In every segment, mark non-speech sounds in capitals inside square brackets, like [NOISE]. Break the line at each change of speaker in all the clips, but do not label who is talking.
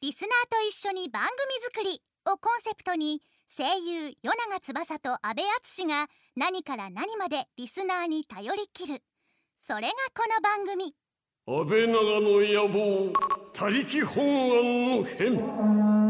リスナーと一緒に番組作り」をコンセプトに声優与永翼と阿部淳が何から何までリスナーに頼りきるそれがこの番組
安倍長の野望他力本願の変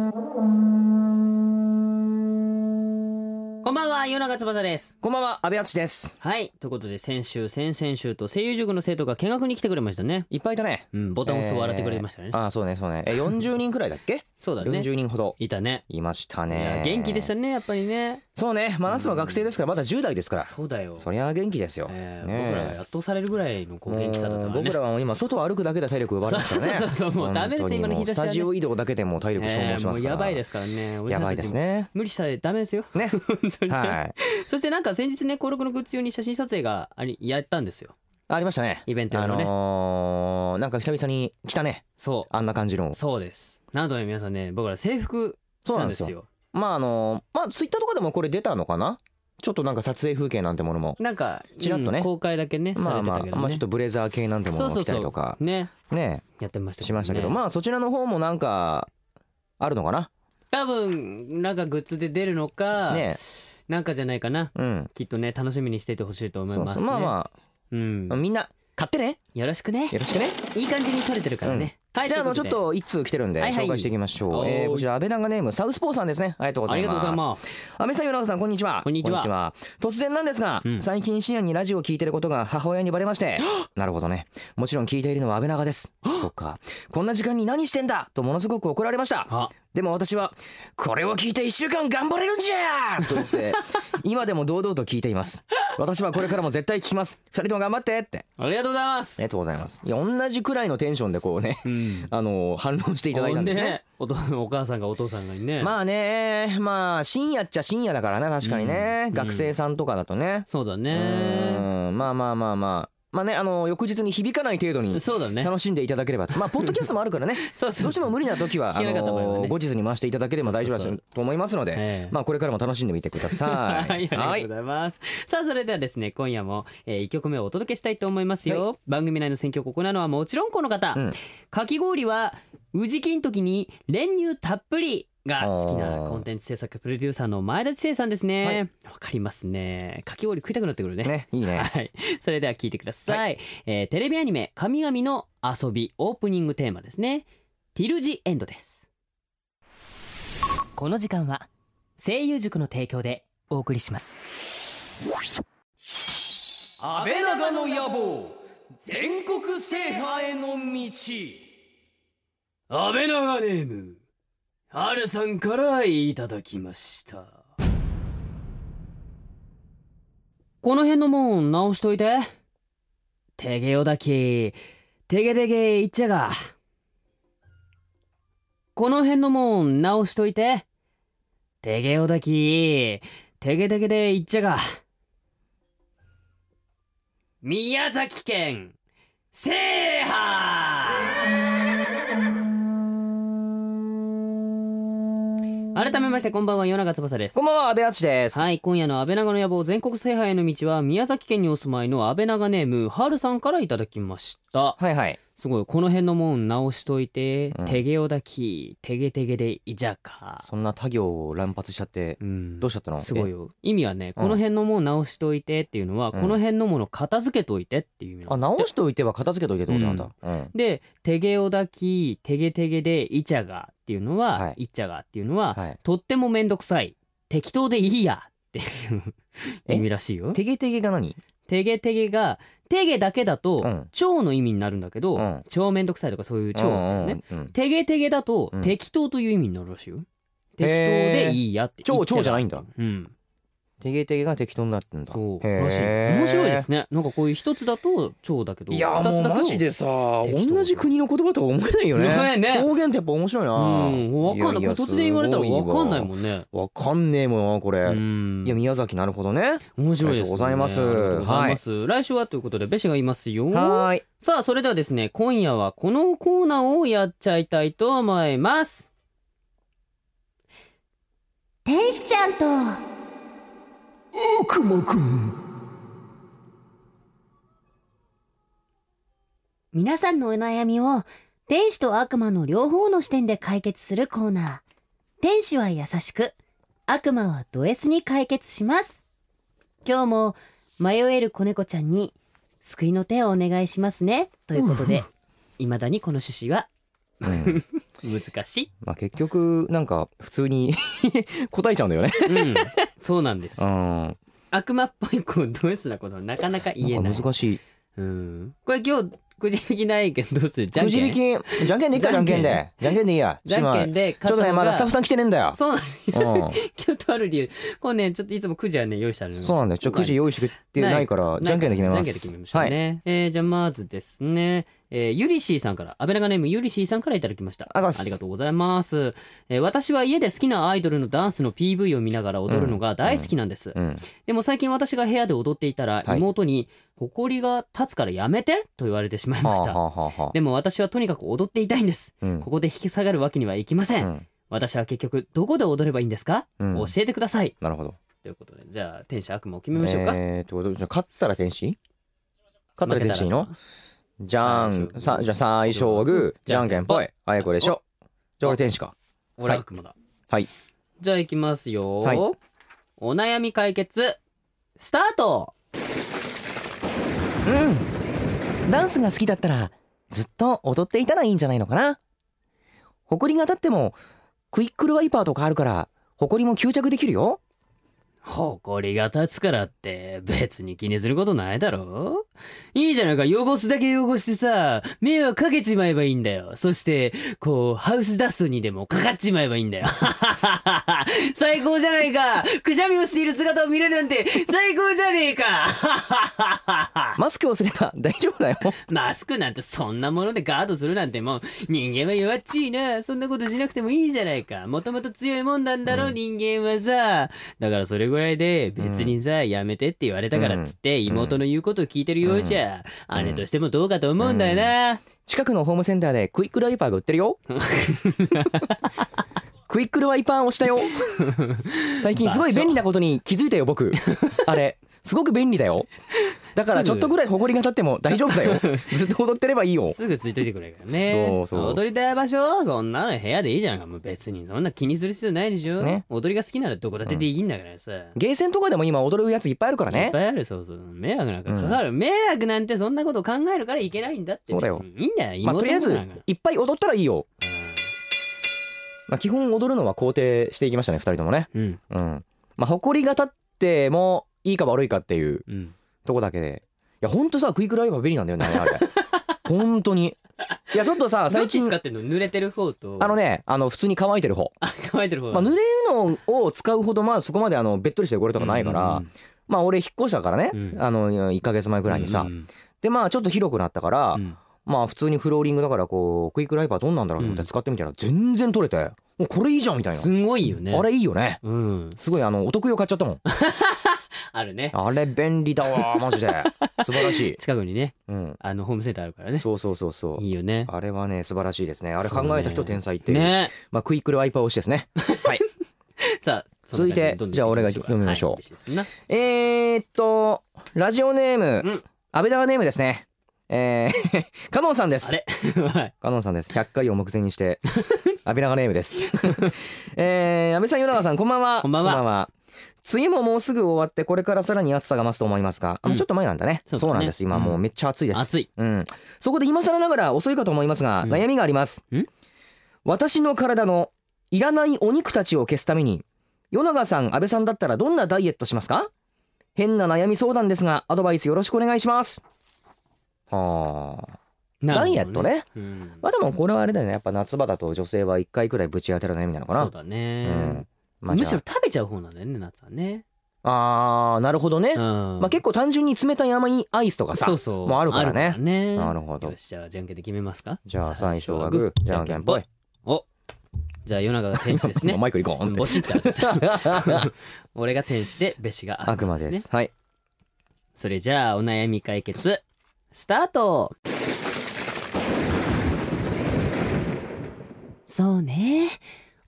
こんばんは、夜中翼です。
こんばんは、安部敦です。
はい、ということで、先週、先々週と声優塾の生徒が見学に来てくれましたね。
いっぱいいたね。
うん、ボタンを押すと笑ってくれましたね。
えーあー、そうね、そうね。え、40人くらいだっけ
[LAUGHS] そうだね。
?40 人ほど
いたね。
いました
い
ね
や。元気でした
ね。
ね、やっぱりね。
そうね、まあ、ナスは学生ですから、まだ10代ですから。
そうだよ。
そりゃ元気ですよ。
えー
ねえ
僕らが圧倒されるぐらいのこう元気さだったから
もう
ね。
僕らはもう今外を歩くだけで体力奪われますから
[LAUGHS]
ね。
そうそうそうそうもうダメですね
本当にも
今の日差しはね
スタジオ移動だけでもう体力消
え
耗
ー
し
も
ま
う
すから。
やばいですからね。おじ
や
さん
ばい
た
で
ち
す
も。
ね。
無理したらダメですよ。 [LAUGHS]
ね
本当にね
はい。
そしてなんか先日ね登録のグッズ用に写真撮影がありやったんですよ。
ありましたね。
イベント
あ
用のね
のーなんか久々に来たね。
そ
あんな感じの
う。。そうです。なんとね皆さんね僕ら制服
そう
な
なん
んで
で
すす
よ。
よ。
まああのーまあツイッターとかでもこれ出たのかな。ちょっとなんか撮影風景なんてものも。
なんか
ちらっとね
うん公開だけね
ま
さ
あ
れて
ま
た
あ
けど
まあちょ
ね
っと。ブレザー系なんてものを着たりとか
ね
ね
やってました
しましたけど
あ
まあそちらの方もなんかあるのか
多分なんかグッズで出るの
な
か
ね
なんかじゃないかな
うん
きっとね楽しみにしててほしいと思い
そう
ます
そ
ね
うまあま
う
あ
ん
みんな買ってね
よろしくね
よろしくね
いい感じに撮れてるからねはい
じゃああのち
という
ょっ
こと
一通来てるんで
はいはい
紹介していきましょ
お
う
ーい
えーこちら安倍長ネームサウスポーさんですねありがとうご
であり
ざい
がとうござい
ます
ます
安倍さん与永さんこんにちは
こんにちは
突然なんですが
うん
最近深夜にラジオを聞いてることが母親にバレまして
[GASPS]
なるほどねもちろん聞いているのは安倍長ですそっかこんな時間に何してんだとものすごく怒られました
あ
でも私はこれを聞いて1週間頑張れるんじゃと言って
[LAUGHS]
今でも堂々と聞いています私はこれからも絶対聞きます2人とも頑張ってって
ありがとうございま
あり
す
がとうございますいや同じくらいのテンションでこうね
うん
あの反論していただいたんですね
ほんでお父お母さんがお父さんがね
[LAUGHS] まあねまあ深夜っちゃ深夜だからね確かにね、
うん
学生さんとかだとね
そうだ
う
ね
ーんまあまあまあまあまあねあの翌日に響かない程度に
そうだね
楽しんでいただければとまあポッドキャストもあるからね
[LAUGHS] そうそう
どうしても無理な時は、あ
聞けなかった場合はね
の後日に回していただければ大丈夫だ
そうそう
と思いますので、
ええ
まあこれからも楽しんでみてくだ
[LAUGHS]
さ
はい
い。
ありがとうございます。さあ、それではですね、今夜も、えー、1曲目をお届けしたいと思いますよ。番組内の選曲を行うのはもちろんこの方。
うん
かき氷は、宇治金時に練乳たっぷり。が好きなコンテンツ制作プロデューサーの前田知世さんですねわ、かりますねかき氷食いたくなってくるね
ね、いいね。
はい、 [LAUGHS] それでは聞いてください、えーテレビアニメ「神々の遊び」オープニングテーマですね「ティルジエンド」ですこの時間は声優塾の提供でお送りします
安倍長の野望、全国制覇への道。
安倍長ネーム春さんからいただきましたこの辺のもん直しといててげよだきてげてげいっちゃがこの辺のもん直しといててげよだきてげてげでいっちゃが宮崎県制覇改めましてこんばんは夜長翼です
こんばんは、安倍敦です。
はい今夜の安倍長の野望全国制覇への道は宮崎県にお住まいの安倍長ネームはるさんからいただきました
はいはい。
すごいこの辺のもん直しといて、
うん
てげおだきてげてげでいじゃか
そんな他行を乱発しちゃって、
うん
どうしちゃったの
すごい
え
よ意味はねこの辺のもん直しといてっていうのは、
うん
この辺のもの片付けといてっていう意味
あ、
なんだって
直しておいては片付けといてってことなんだ。うん。
でてげおだきてげてげでいちゃがっていうのは、
はい
い、っちゃがっていうのは、
はい。
とってもめんどくさい適当でいいやっていう
え
意味らしいよ
てげてげが何
てげてげがてげだけだと、
うん
超の意味になるんだけど、
うん
超めんどくさいとかそういう超だよね、
うんうんうん
てげてげだと、
うん
適当という意味になるらしいよ適当でいいやって
超、超じゃないいんだ。
うん
てげてげが適当になってんだ。
そう
へー
らしい面白いですねなんかこういう一つだと超だけど
いやー
二
も
つ
う
だけど
マジでさ
適当
同じ国の言葉とは思えないよね
思えないね
方言ってやっぱ面白いな
うんわかんない
やや
これ突然言われたらわかんないも
す
んね
ごわかんねえもんなこれ、
うん
いや宮崎なるほどね
面白いですね
ありがとうございます
ありがとうございます、来週はということでベシがいますよ
はーい
さあそれではですね今夜はこのコーナーをやっちゃいたいと思います
天使ちゃんと
くまくん
皆さんのお悩みを
天使と悪魔の両方の視点で解決するコーナー。天使は優しく、悪魔はド S に解決します。今日も迷える子猫ちゃんに救いの手をお願いしますね。ということで、
未だにこの趣旨は
うん
難しい。
まあ結局なんか普通に [LAUGHS] 答えちゃうんだよね。
うん、 [LAUGHS] そうなんです
う。ん。
悪魔っぽいこうド S なことはなかなか言え
な
なんい。
か難しい。
うん、これ今日くじ引きないけどどうするじゃん
くじ
けん
引きじゃんけんでいいか
じ
じ
ゃ
ゃ
ん
ん
け
け
ん
んでじゃんけんでいいや。
じゃんけん
で。
で
ちょっとねまだスタッフ
さん
さん来てねえんだよ。
そう [LAUGHS] なん
う
今日とある理由こうねちょっといつもくじはね用意してあるの
ん。そうなんだよ。ちょっとくじ用意してくれてないからじゃんけんで決めま
じゃん
す。
けんで決めましょうね、えーじゃあまずですね、えーゆりしーさんから安倍長ネームゆりしーさんからいただきました
あざっす
りがとうございます、えー私は家で好きなアイドルのダンスの PV を見ながら踊るのが大好きなんです、
はい。うん。
でも最近私が部屋で踊っていたら
はい
妹に「埃が立つからやめて」と言われてしまい
は
ま
あ
した、
はあはあはあ。
でも私はとにかく踊っていたいんです
うん
ここで引き下がるわけにはいきません、
うん
私は結局どこで踊ればいいんですか、
うん
教えてください
なるほど。
ということでじゃあ天使悪魔を決めましょうか、
えーとじゃあ勝ったら天使？勝ったら天使いいの？じゃんさじゃあ最初はグーじゃんけんぽいあいこれでしょ。じゃあ俺天使か。
俺
はい
悪魔だ
はい
じゃあいきますよ、
はい
お悩み解決スタート
うん。ダンスが好きだったら、ずっと踊っていたらいいんじゃないのかな。ほこりが立っても、クイックルワイパーとかあるから、ほこりも吸着できるよ。
埃が立つからって別に気にすることないだろいいじゃないか汚すだけ汚してさ迷惑かけちまえばいいんだよそしてこうハウスダストにでもかかっちまえばいいんだよ [LAUGHS] 最高じゃないかくしゃみをしている姿を見れるなんて最高じゃねえか
マスクをすれば大丈夫だよ。
マスクなんてそんなものでガードするなんてもう人間は弱っちいなそんなことしなくてもいいじゃないかもともと強いもんなんだろう、
うん
人間はさだからそれぐらいで別にさ、やめてって言われたからっつって、
ん
妹の言うことを聞いてるようじゃ、
うん
姉としてもどうかと思うんだよな、
近くのホームセンターでクイックルワイパーが売ってるよ。クイックルワイパーをしたよ。最近すごい便利なことに気づいたよ、僕。あれ、すごく便利だよ。だからちょっとぐらいほこりが立っても大丈夫だよ。ずっと踊ってればいいよ。
すぐついててくれるからね
そうそう
踊りたい場所そんなの部屋でいいじゃんかもう別にそんな気にする必要ないでしょ、
ね
踊りが好きならどこだってできんだからさ、
ゲーセンとかでも今踊るやついっぱいあるから
いっ
ね
ぱ。いあるそうそう迷惑なんかかかる、迷惑なんてそんなこと考えるからいけないんだって
そうだよ
別にいいんだよ
まあ、とりあえず
妹の方なんか
いっぱい踊ったらいいよ。まあ、基本踊るのは肯定していきましたね2人ともね。
うん
うん。まあ埃が立ってもいいか悪いかっていう
うん
とこだけで。いやほんとさクイックルワイパー便利なんだよねあれ。ほんとに。いやちょっとさ
どっ
最
ち
近
使ってんの濡れてる方と
あのねあの普通に乾いてる方。
乾いてる方
まあ、濡れるのを使うほどまあそこまであのべっとりして汚れとかないから、まあ俺引っ越したからね、
うん
あの1ヶ月前ぐらいにさ、
うん
でまあちょっと広くなったから、
うん
まあ普通にフローリングだからこうクイックライパーどんなんだろうと思って使ってみたら全然取れてもうこれいいじゃんみたいな、
すごいよね
あれいいよね
うん
すごいあのお得意を買っちゃっ
[LAUGHS]
たもん
あるね
あれ便利だわマジで素晴らしい、
近くにね
うん、
あのホームセンターあるからね
そうそうそうそう
いいよね
あれはね素晴らしいですねあれ
そう
考
ね
えた人天才っていう
ね
まあ、クイックルワイパー推しですねはい
さあそんな感で
続いて
どんどん
じゃあ俺
行
が
ってみ
読みま
しょうかはい
えー、っとラジオネーム、
うん
安倍長ネームですねえー、 [LAUGHS] カノンさんです
あれ [LAUGHS] 嬉しいですなはい
カノンさんです。100回を目前に
[LAUGHS]
して、安倍長ネームです。 [LAUGHS] えー、安倍さん、与永さん、こんばんは。
こんばんは
梅雨ももうすぐ終わって、これからさらに暑さが増すと思いますが、あもう
うん
ちょっと前なんだね。
そうだね
そうなんです。今、
うん
もうめっちゃ暑いです。
暑い
うん。そこで今更ながら遅いかと思いますが、
うん
悩みがあります
ん。
私の体のいらないお肉たちを消すために、与永さん、安倍さんだったらどんなダイエットしますか変な悩み相談ですが、アドバイスよろしくお願いします。はあ。
なるほど
ダイエットね
うん
まあでもこれはあれだよねやっぱ夏場だと女性は1回くらいぶち当てる悩みなのかな
そうだね
まあ
むしろ
じ
食べちゃう方なんだよね夏はね
ゃああーなるほどね、
ま
まあ、結構単純に冷たい甘いアイスとかさ
そうそう
もうあるからね
な
なるほど
じゃあじゃんけんで決めますか
じゃあ最初はグーじゃんけんぽい
おじゃあ夜中が天使 [LAUGHS] ですね
[LAUGHS] マイクリコーン
ボチッて当たった [LAUGHS] 俺が天使でべしが
悪
悪魔
魔
です
で
ね
すはい
それじゃあお悩み解決スタート
そうね。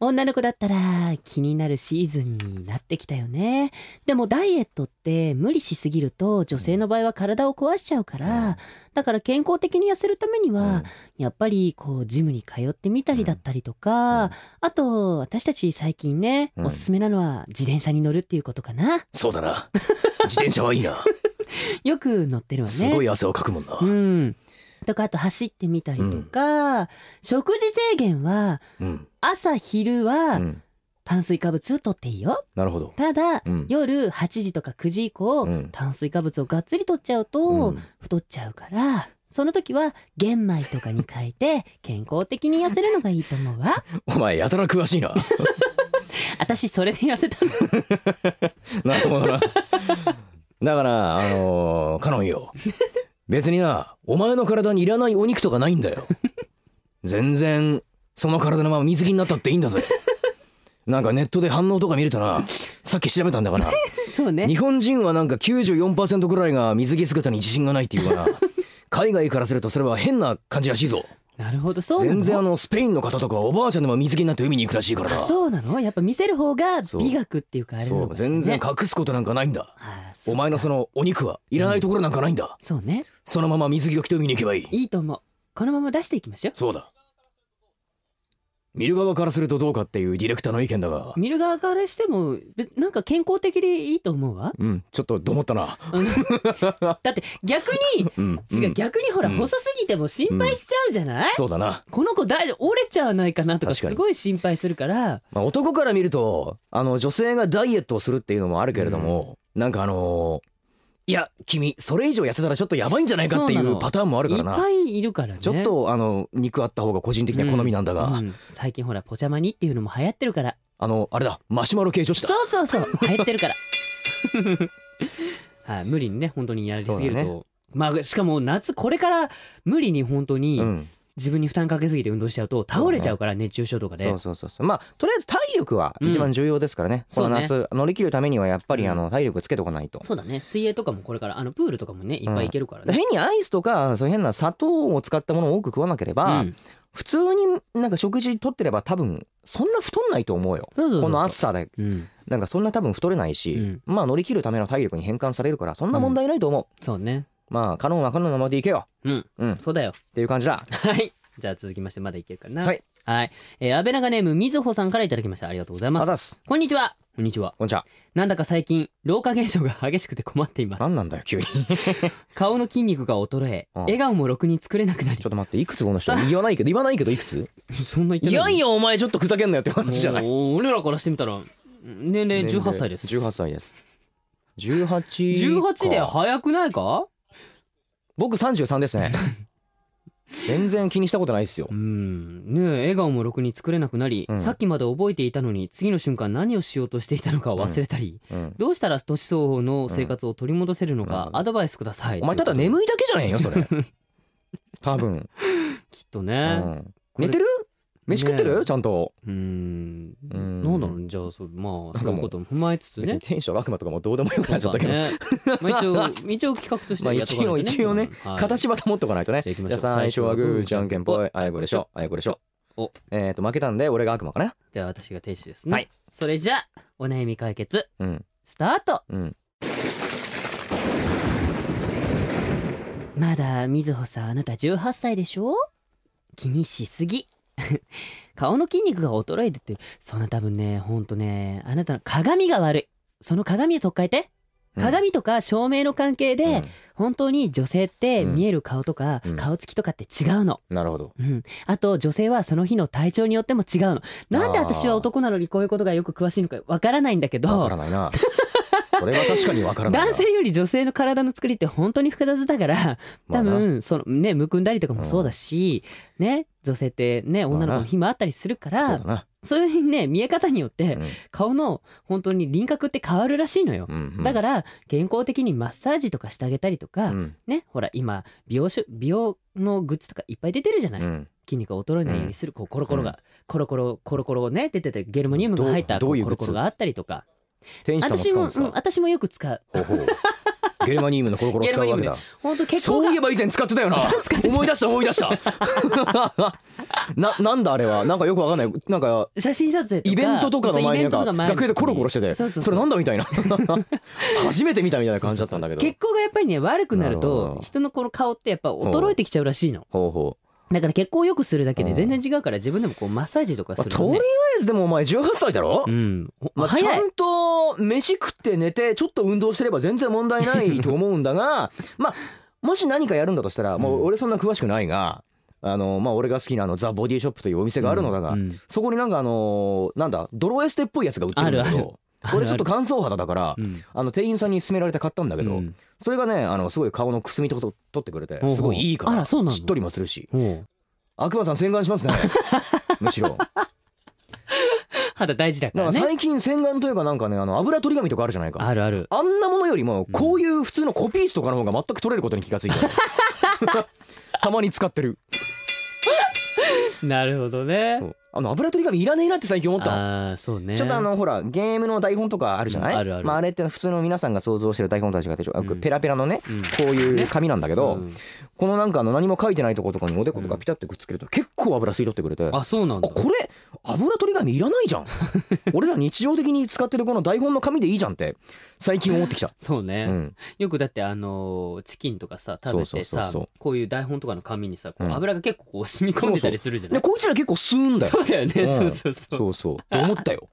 女の子だったら気になるシーズンになってきたよねでもダイエットって無理しすぎると女性の場合は体を壊しちゃうから、
うん
だから健康的に痩せるために
うん
は、やっぱりこうジムに通ってみたりだったりとか、
うん
あと私たち最近ね、
うん
おすすめなのは自転車に乗るっていうことかな
そうだな自転車はい
[LAUGHS]
いな
よく乗ってるわね
すごい汗をかくもんな、
うんとかあと走ってみたりとか、食事制限は
うん
朝昼
う
は
ん、
炭水化物を取っていいよ
なるほど
ただ、
うん
夜8時とか9時以降、
うん
炭水化物をがっつり取っちゃうと、
うん
太っちゃうからその時は玄米とかに変え
[LAUGHS]
て健康的に痩せるのがいいと思うわ
お前やたら詳し
[LAUGHS]
いな
私それで痩せたの
なるほどなだからあのーカノン
[LAUGHS]
よ別になお前の体にいらないお肉とかないんだよ全然その体のまま水着になったっていいん
[LAUGHS]
だぜなんかネットで反応とか見るとなさっき調べたんだから
そうね
日本人はなんか94%ぐらいが水着姿に自信がないって
[LAUGHS]
いうから海外からするとそれは変な感じらしいぞ
なるほどそうなの
全然あのスペインの方とかはおばあちゃんでも水着になって海に行くらしいから
あ
な
そうなのやっぱ見せる方が
そう
美学っていうかあれな
そ
の
う
かしらね
全然隠すことなんかないんだ
あーそ
お
う
前のそのお肉はいらないところなんかないんだ
そうね
そのまま水着を着て海に行けばいい
いいと思うこのまま出していきましょ
そうだ見る側からするとどうかっていうディレクターの意見だが
う見る側からしてもべなんか健康的でいいと思うわ
うんちょっとどもったな
うん
[LAUGHS]
だって逆に
うん
違
う
うん逆にほら
うん
細すぎても心配しちゃうじゃない
そうだな、
この子大丈夫折れちゃわないかなとか
確かに
すごい心配するから
まあ、男から見るとあの女性がダイエットをするっていうのもあるけれども、なんかあのーいや君それ以上痩せたらちょっとやばいんじゃないかってい
そうな
う
の
パターンもある
い
から
っ
な
ぱいいるからね
ちょっとあの肉あった方が個人的には好みなんだが、
うん最近ほらポチャマニっていうのも流行ってるから
あのあれだマシュマロ系女子だ
そうそう
[LAUGHS]
そう流行ってるから [LAUGHS] はい無理にね本当にやりすぎる
そう
と、
だ
まあしかも夏これから無理に本当
う
に
ん、
自分に負担かけすぎて運動しちゃうと倒れちゃうから熱中症とかで
そうそうそうそうまあとりあえず体力は一番重要ですからね、
うん
この夏、
そ
乗り切るためにはやっぱり
うん
あの体力つけとかないと、
そうだね水泳とかもこれからあのプールとかもねいっぱい行けるからね、
変にアイスとかそういう変な砂糖を使ったものを多く食わなけれ
うん
ば、普通になんか食事とってれば多分そんな太んないと思うよ
そうそうそうそう
この暑さで
うん
なんかそんな多分太れないし、
うん
まあ乗り切るための体力に変換されるからそんな問題ないと思
そうね
う、まあカノンはカノンのままでいけよ
うん
うん
そうだよ [LAUGHS]
っていう感じだ
はいじゃあ続きましてまだいけるかな
はい、
はいえー、安倍長ネームみずほさんからいただきましたありがとうござい
あ
ま
ざ
す
っす
こんにちはこんにちは
こんにちは
なんだか最近老化現象が激しくて困っています
何なんだよ急 [LAUGHS] にち
顔の筋肉が衰え、
うん
笑顔もろくに作れなくなり
ょっと待っていくつこの人言わないけど言わないけどいくつ
そんな言って
いや
ない
いやお前ちょっとふざけんなよって話じゃない
もう俺らからしてみたら年齢18歳です
18歳です18
18で
か
早くないか
僕33です [LAUGHS] ね全然気にしたことないですよ
うんねえ笑顔もろくに作れなくなり、
うん
さっきまで覚えていたのに次の瞬間何をしようとしていたのか忘れたり、
うん
どうしたら年相応の生活を取り戻せるのか
うん
アドバイスください、
お前た
と
だ
いうこ
眠いだけじゃねえよそ [LAUGHS] れ多分、
とできっと
う
ね
ん、寝てる飯食って
ね
る
え
ちゃんと
うん
うん
なんだろうじゃあそうまあ
なん
そ
かもう
ういうことも踏まえつつ
別に
ね
テンション悪魔とかもうどうでもよくなっちゃったけど、
そうだねまあ一応 [LAUGHS] 一応企画として
まあ
やっとかないと
一応ね
うんはい
形は保っとかないとね
じゃあ行きまし
じ
ょ
ゃあ
う
最初はグーじゃんけんぽいあやこでしょあやこでしょ
お
えっと負けたんで俺が悪魔かな
では私が天使ですね、
はい
それじゃあお悩み解決
うん
スタート
うん
まだみずほさんあなた18歳でしょ気にしすぎ [LAUGHS] 顔の筋肉が衰えててそんな多分ねほんとねあなたの鏡が悪いその鏡を取っ替えて
うん
鏡とか照明の関係で、
うん
本当に女性って
うん
見える顔とか、
うん
顔つきとかって違うの、
なるほど
うん、あと女性はその日の体調によっても違うのなんで
あー
私は男なのにこういうことがよく詳しいのかわからないんだけ
わから
ど
ないな [LAUGHS] それは確かにわからないな
男性より女性の体の作りって本当に複雑だから
ま
多
あな
分そのねむくんだりとかもそうだし、ね女性ってね女の子の日もあったりするか
そ
ら、
うだな
そういうふうにね見え方によって
うん
顔の本当に輪郭って変わるらしいのよ、
うん
だから健康的にマッサージとかしてあげたりとか、
うん
ねほら今美容し美容のグッズとかいっぱい出てるじゃない、
うん
筋肉が衰えないようにするこうコロコロが、コロコロコロコロね出ててゲルマニウムが入った
ど
こ
う
う
いう
コ
グッ
ロ
ズ
コロがあったりとか
天使さんも使
私
うん
も、
です
うん [LAUGHS]
か
私もよく使う
ほうほうゲルマニウムのコロコロ使うわけだ
本当結構
そう
が
いえば以前使ってたよな思い出した思い出した
[LAUGHS]
[LAUGHS] ななんだあれはなんかよくわかんないなんか
写真撮影とか
イベントとかの前に
そう
なんか学園でコロコロしてて
そうそうそう
れなんだみた
[LAUGHS]
いな初めて見たみたいな感じだったんだけど
血行がやっぱりね悪くなる
なるほ
と
ど
人のこの顔ってやっぱ衰えてきちゃうらしいの
ほうほう
だから血行を良くするだけで全然違うから自分でもこうマッサージとかす
まあ
る
と
と
りあ
ね
えずでもお前18歳だろ
うん
まあ、ち
早
ゃ
い
んと飯食って寝てちょっと運動してれば全然問題ないと思うん
[LAUGHS]
だがまあもし何かやるんだとしたらもう俺そんな詳しくないが、あのまあ、俺が好きなあのザ・ボディショップというお店があるのだが、
うん
そこになんかあのなんだ泥エステっぽいやつが売ってるんだけど
ある
俺ちょっと乾燥肌だから。
うん
あの店員さんに勧められて買ったんだけど、
うん
それがねあのすごい顔のくすみとかと取ってくれて
ほうほう
すごいいいか
あ
ら
らそうなの
しっとりもするし
おう
悪魔さん洗顔
[LAUGHS]
しますねむしろ
肌大事だか
なん
ら
か
ね
最近洗顔というかなんかねあの油取り紙とかあるじゃないか
あるある
あんなものよりもこういう普通のコピー紙とかの方が全く取れることに気がつい
[LAUGHS]
たたまに使ってる
なるほどね
そうあの油取り紙いらねえなって最近思った
ああそうね
ちょっとあのほらゲームの台本とかあるじゃない、
うんあるある
まあ、あれって普通の皆さんが想像してる台本とは違ってちょ
うん
ペラペラのね
うん
こういう紙なんだけど、
うん
このなんかあの何も書いてないとことかにおでことかピタってくっつけると結構油吸い取ってくれて、あ
あそうなんだ
これ油取り紙いらないじゃん俺ら日常的に使ってるこの台本の紙でいいじゃんって最近思ってきた、
そう
う
ね、
ん、
よくだってあのーチキンとかさ食べて
そうそうそ
さ
うそう
こういう台本とかの紙にさこう
うん
油が結構こう染み込んでたりするじゃな
で
い、
こいつら結構吸うんだよ
そうだよね、
うん
そうそうそう
そうそうと思ったよ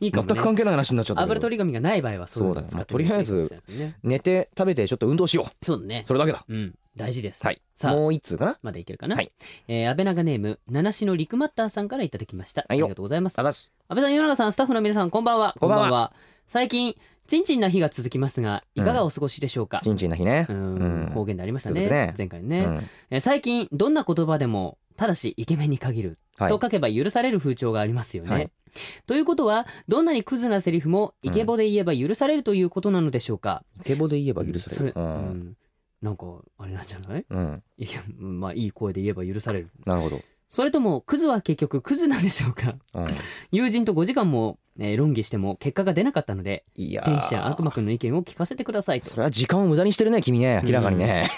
いいか
全
も、ね、
く関係ない話になっちゃったけど
油取り紙がない場合はそういうのを使ってみる
そう
い
だよまあ
いかもしれないね
寝て食べてちょっと運動しよ
そうだね
うそれだけだ
うん大事です、
はい
さあ
もう一通かな
まだいけるかな、
はい
えー、安倍長ネーム七種のリクマッターさんからいただきました、
は
あ
い
り
よ
がとうございます
あざっす
安倍さん世永さんスタッフの皆さんこんばんは
こんばんは
最近ちんちんな日が続きますがいかがお過ごしでしょうか、
ちんちんな日ね
う
うんん
方言でありましたね
続くね
前回
う
ね、
ん
えー最近どんな言葉でもただしイケメンに限る
はい
と書けば許される風潮がありますよね。
はい
ということはどんなにクズなセリフも
うん
イケボで言えば許されるということなのでしょうか、
イケボで言えば許される
そ
うん
うんなんかあれなんじゃない
うん
いやまあいい声で言えば許される
なるほど
それともクズは結局クズなんでしょうか [LAUGHS]
うん
友人と5時間も、えー論議しても結果が出なかったので
いやー
天使や悪魔くんの意見を聞かせてくださいと
それは時間を無駄にしてるね君ね明らかにね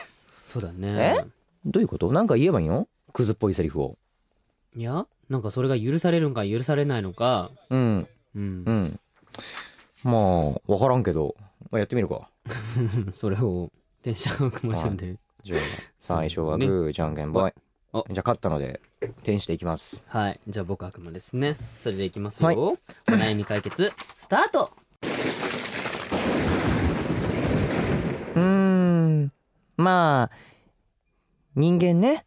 そうだね
どういうことなんか言えばいいのクズっぽいセリフを
いやなんかそれが許されるんか許されないのか
うん
うん
うんまあわからんけどまあやってみるか
それを天使や悪魔ちゃんで
じゃあ最初はグーじゃんけんぽい
お
じゃあ勝ったので天使でいきます
はいじゃあ僕悪魔ですねそれでいきますよ、
はい
お悩み解決スタート
うーんまあ人間ね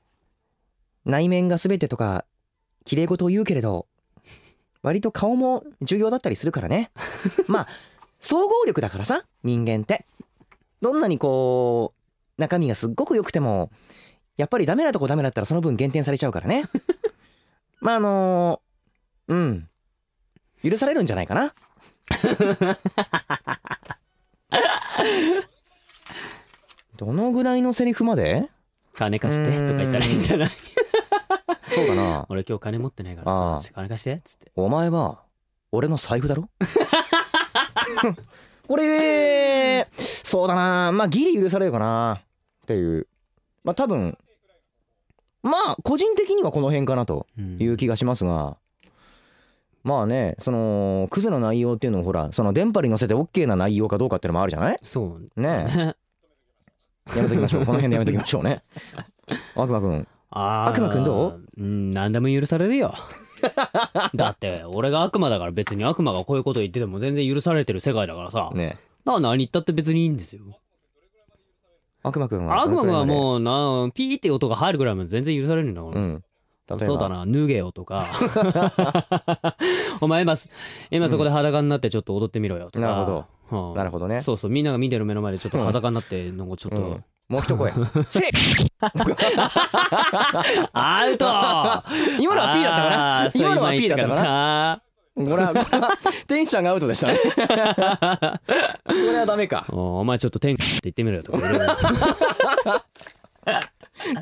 内面が全てとか綺麗事を言うけれど割と顔も重要だったりするからね [LAUGHS] まあ総合力だからさ人間ってどんなにこう中身がすっごく良くてもやっぱりダメなとこダメだったらその分減点されちゃうから [LAUGHS] ねまああのうん許されるんじゃないかなどのぐらいのセリフまで
金貸してとか言ったらいいんじゃない
そうだな
俺今日金持ってないか
あ
ら
あ
さ金貸してっつって
お前は俺の財布だろ [LAUGHS] これそうだなまあギリ許されるかなっていうまあ多分まあ個人的にはこの辺かなとい
言
う気がしますがまあねそのクズの内容っていうのもほらその電波に乗せて OK な内容かどうかっていうのもあるじゃない
そう
ね
ね
えやめときましょうこの辺でやめときましょうね悪魔くん
あー
悪魔くんど
うん何でも許され
[LAUGHS]
るよだって俺が悪魔だから別に悪魔がこういうこと言ってても全然許されてる世界だからさ、
ねえ
な何言ったって別にいいんですよ
悪魔くんは
悪魔くんは
う
もうなピーって音が入るぐらいまで全然許されるんだから、
うん例えば
そうだな脱げよと
[LAUGHS]
か [LAUGHS] お前今す今そこで裸になってちょっと踊ってみろよとか、
なるほ
ど
なるほどね
そうそうみんなが見てる目の前でちょっ
[LAUGHS]
と裸になってなんかちょっと、
うんもう
[LAUGHS]
一声せい
アウト
[LAUGHS] 今のは P だったか
あ
な
ーそう
今のは P だったか
今言な
なこれはこれはテンションがアウトでしたねこれはダメか [LAUGHS]
おお前ちょっと天狗って言ってみろよとか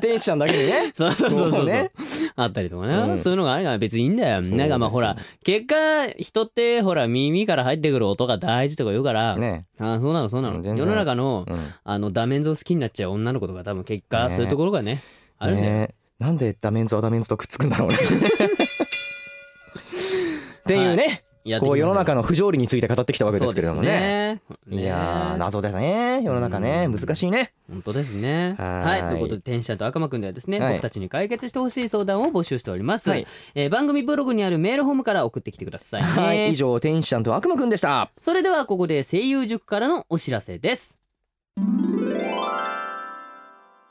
天使ちゃんだけにね
そうそうそうそうそう
そ
う、
ね
あったりとかね、
うん
そういうのがあるから別にいいんだよなんかまあほら結果人ってほら耳から入ってくる音が大事とか言うから、
ね
ああそうなのそうな
うん
の
全然
世の中の、
うん
あのダメンズを好きになっちゃう女の子とか多分結果、
ね
そういうところがねあるんだよ、
ねなんでダメンズはダメンズとくっつくん
[LAUGHS]
だろうねっていうね、
やってき
こ
ま
う
すよ
世の中の不条理について語ってきたわけですけれどもね
そうですね
いやー
ね
謎ですね世の中ね
うん
難しいね
本当ですね
は
は
ー
い
い
ということで天使ちゃんと赤間くんではですね、
はい
僕たちに解決してほしい相談を募集しております、
はい
えー番組ブログにあるメールホームから送ってきてくださいね、
はい以上天使ちゃんと悪魔くんでした
それではここで声優塾からのお知らせです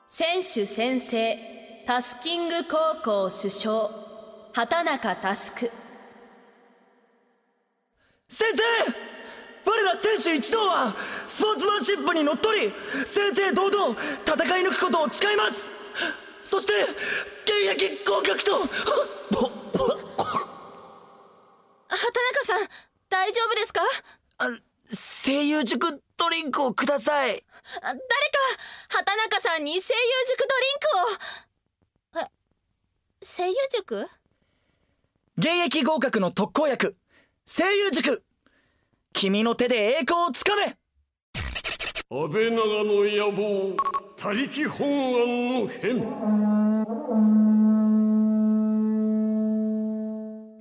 選手宣誓タスキング高校主将畑中タスク
先生我ら選手一同はスポーツマンシップにのっとり正々堂々戦い抜くことを誓いますそして現役合格とぼぼ
畑中さん大丈夫ですか
あ声優塾ドリンクをください
あ誰か畑中さんに声優塾ドリンクをえ声優塾
現役合格の特効薬声優塾君の手で栄光をつかめ
安倍長の野望他力本願の変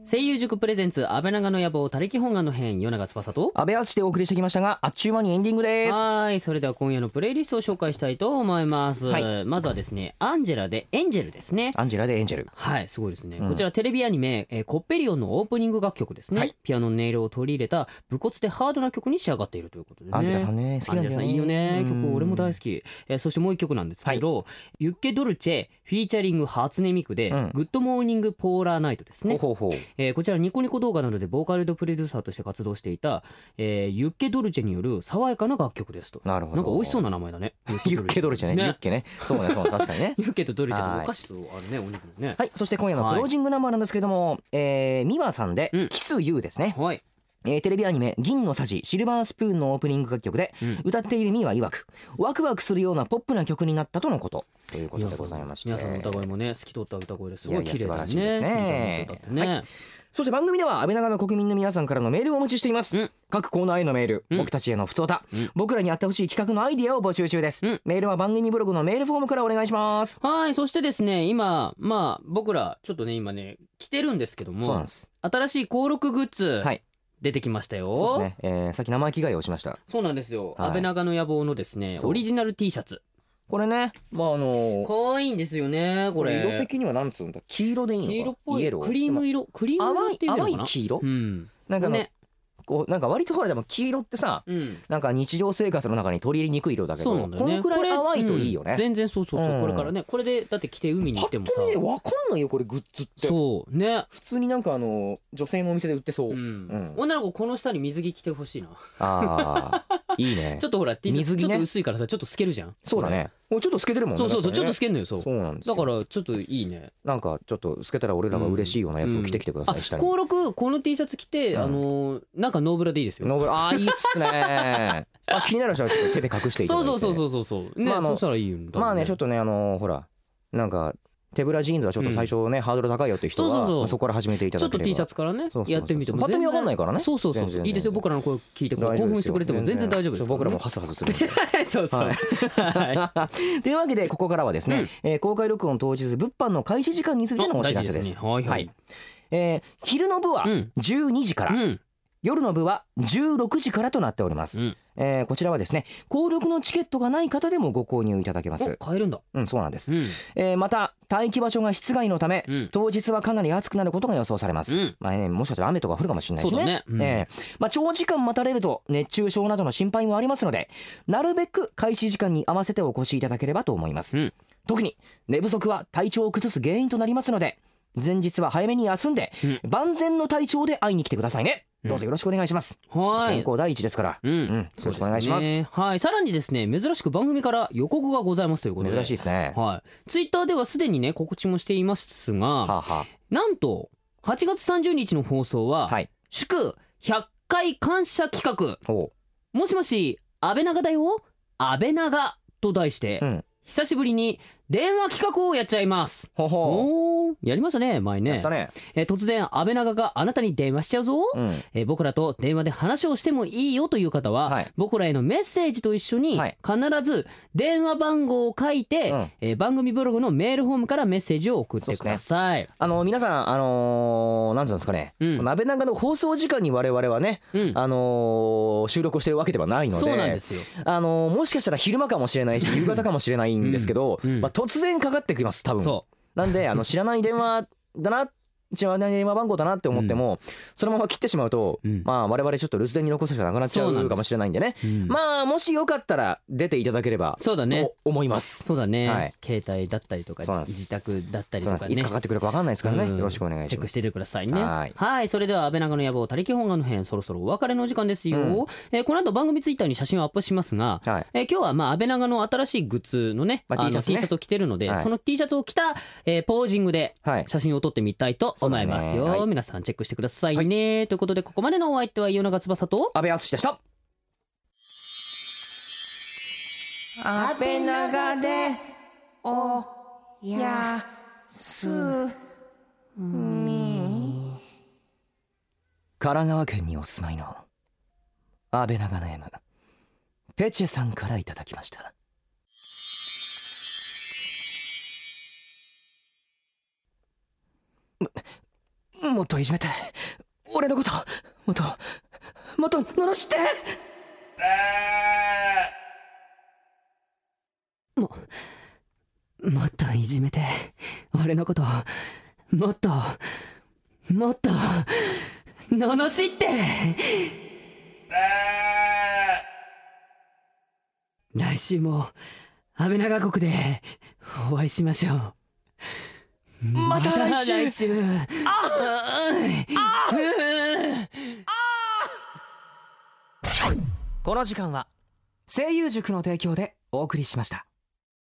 声優塾プレゼンツ安倍長の野望他力本願の編与永翼と
安倍淳でお送りしてきましたがあっちゅう間にエンディングです
はーいそれでは今夜のプレイリストを紹介したいと思います、
はい
まずはですねアンジェラでエンジェルですね
アンジェラでエンジェル
はいすごいですね、
うん
こちらテレビアニメ、えーコッペリオンのオープニング楽曲ですね、
はい
ピアノの音色を取り入れた武骨でハードな曲に仕上がっているということでね
アンジェラさんね好きなんだよね
アンジェラさんいいよね
うん
曲俺も大好き、えーそしてもう一曲なんですけど、ユッケドルチェフィーチャリング初音ミクで、
うん
グッドモーニングポーラーナイトです
ほう
ね、
ほうほう
えーこちらニコニコ動画などでボーカルとプロデューサーとして活動していた、えーユッケドルチェによる爽やかな楽曲ですと
なるほど
なんか美味しそうな名前だね [LAUGHS]
ユッケドルチェねユッケねそうねそうね確かにね
ユッケとドルチェとお菓子とあれねお肉のね
はいそして今夜のクロージングナンバーなんですけども、えー、ミワさんで
うん
「キスユーですね、
はい
えーテレビアニメ「銀のさじシルバースプーン」のオープニング楽曲で、
うん
歌っているミワ曰くワクワクするようなポップな曲になったとのことということでございまして
皆さんの歌声もね透き通った歌声ですごい綺麗
いやい
だね
や素晴らしいですね
ギターの音だってね、
そして番組では安倍長の国民の皆さんからのメールをお待ちしています、
うん
各コーナーへのメール、
うん
僕たちへの普通歌、
うん
僕らにやってほしい企画のアイディアを募集中です、
うん
メールは番組ブログのメールフォームからお願いします
はいそしてですね今まあ僕らちょっとね今ね着てるんですけど
そうなん
も
です
新しい登録グッズ、
はい
出てきましたよ
そうですね、えーさっき生意気がいをしました
そうなんですよ、
はい
安倍長の野望のですね
そう
オリジナル T シャツ
これねまああのー
可愛いんですよねこれ
色的にはなんつうんだ黄色でいいのか
黄色っぽ
イエ
い
ロー
クリーム色クリーム色
淡
っ
い
ていうの
淡
か
い
な
黄色、
うん
なんかあの
ね
こうなんか割とほらでも黄色ってさ
うん
なんか日常生活の中に取り入れにくい色だけど
そうなんだよ
こ
ね
のくらい
これ
淡いといいよね
うん、全然そうそうそう、
うん
これからねこれでだって着て海に行ってもさ
パッと見ねわかんないよこれグッズって
そうね
普通になんかあの女性のお店で売ってそう、
うん、女の子この下に水着着てほしいな
ああいいね
[LAUGHS] ちょっとほら T シャツ
水着
ち
ね
ょっと薄いからさちょっと透けるじゃん
そうだねもうちょっと透けてるもんね
そうそうそう、ちょっと透
け
けんのよそう
そうなんです
だ
よ
からちょっといいね
なんかちょっと透けたら俺らが嬉しいようなやつを着てきてください、
あ
下に
登録この T シャツ着て、
うん
あのーなんかノーブラでいいですよ
ノーブルああいいっ
[LAUGHS]
すねあ気になる人はちょっと手で隠していた
そ
だ
う
いて
そうそうそうそうそうね、
まああの
そうしたらいいんだ
まあねちょっ
と
とねあのほらなんか手ぶらジーンズはちょっと最初ね、ハードル高いよって人は
そうそうそう
まあそこから始めていただ
ち
け
ょ
れ
っ
ば
と T シャツからね
そうそうそう
やってみても
パッと見わかんないいからね
そうそうそう
全然
いいですよ
全然
僕らの声聞いて
大丈夫ですよ
興奮してくれても全然大丈夫です
そう僕らも
は
ハサハサするんで
い [LAUGHS] そうそう
はい
は
[LAUGHS] というわけでここからはですね、えー公開録音当日物販の開始時間についてのお知らせで
あ
す
大事ですねはいはい
えー昼の部は
うん
12時から、
いうん
夜の部は16時からとなっております、
うん
えーこちらはですね購読のチケットがない方でもご購入いただけます
お買えるんだ
うんそうなんです、
うん
えーまた待機場所が室外のため、
うん
当日はかなり暑くなることが予想されます、
うん
まあね、もしかしたら雨とか降るかもしれないし
そう
ね
だねうん
ええまあ、長時間待たれると熱中症などの心配もありますのでなるべく開始時間に合わせてお越しいただければと思います、
うん
特に寝不足は体調を崩す原因となりますので前日は早めに休んで、
う
万全の体調で会いに来てくださいねどうぞよろしくお願いします、
はい
健康第一ですから、
うん
うんよろしくお願いします
そうでねはい、さらにですね、珍しく番組から予告がございますということで。
珍しいですねは
はい、ツイッターではすでにね、告知もしていますが、
あ、は
なんと8月30日の放送
あ、
は、
はい
祝100回感謝企画。
ほ
もしもし、安倍長だよ。安倍長と題して、
うん
久しぶりに電話企画をやっちゃいます
ほほ
おーやりましたね前
う
ね
やったね
えー突然安倍長があなたに電話しちゃうぞ、
うん
えー僕らと電話で話をしてもいいよという方は、
はい
僕らへのメッセージと一緒に
はい
必ず電話番号を書いて、
うん
えー番組ブログのメールフォームからメッセージを送ってください。
あの皆さんあのー、なんていうんですかね、
うん
この安倍長の放送時間に我々はね、
うん
あのー収録をしてるわけではないので
そうなんですよ
あのーもしかしたら昼間かもしれないし夕方かもしれないんですけど、
うんうん
まあ、突然かかってきます多分
そ
なんであの知らない電話だな知らない電話番号だなって思っても、そのまま切ってしまうと、
うん
まあ我々ちょっと留守電に残すしかなくなっちゃ
そうなんで
う
す
かもしれないんでね
う、うん
まあもしよかったら出ていただければ
そうだね
と思います。
そうだね、
はい
携帯だったりとか
そうなんです
自宅だったり
そ
と
うなん
か
ですい
ね
つかかってくるかわかんないですからね、
うん
よろしくお願い
チェ
し
ック
ます
し。ててくださいね
は
はいいそれでは安倍長の野望他力本願の編そろそろお別れの時間ですよ、
うん
えーこの後番組ツイッターに写真をアップしますが、
はい
えー今日はまあ安倍長の新しいグッズのね,、
まあ
の
T シャツね
を着てるので、
はい
その T シャツを着た、えーポージングで
はい
写真を撮ってみたいと思いますよ、
そうだねはい
皆さんチェックしてくださいね、ということでここまでのお相手は夜長翼と
安倍敦でした。
安倍長でお
いや
やす
神奈川県にお住まいの安倍長ネームペチェさんからいただきましたももっといじめて俺のこともっともっと罵って
もっといじめて [LAUGHS] 俺のこともっともっと罵って来週も安倍長国でお会いしましょうまた来週
この時間は声優塾の提供でお送りしました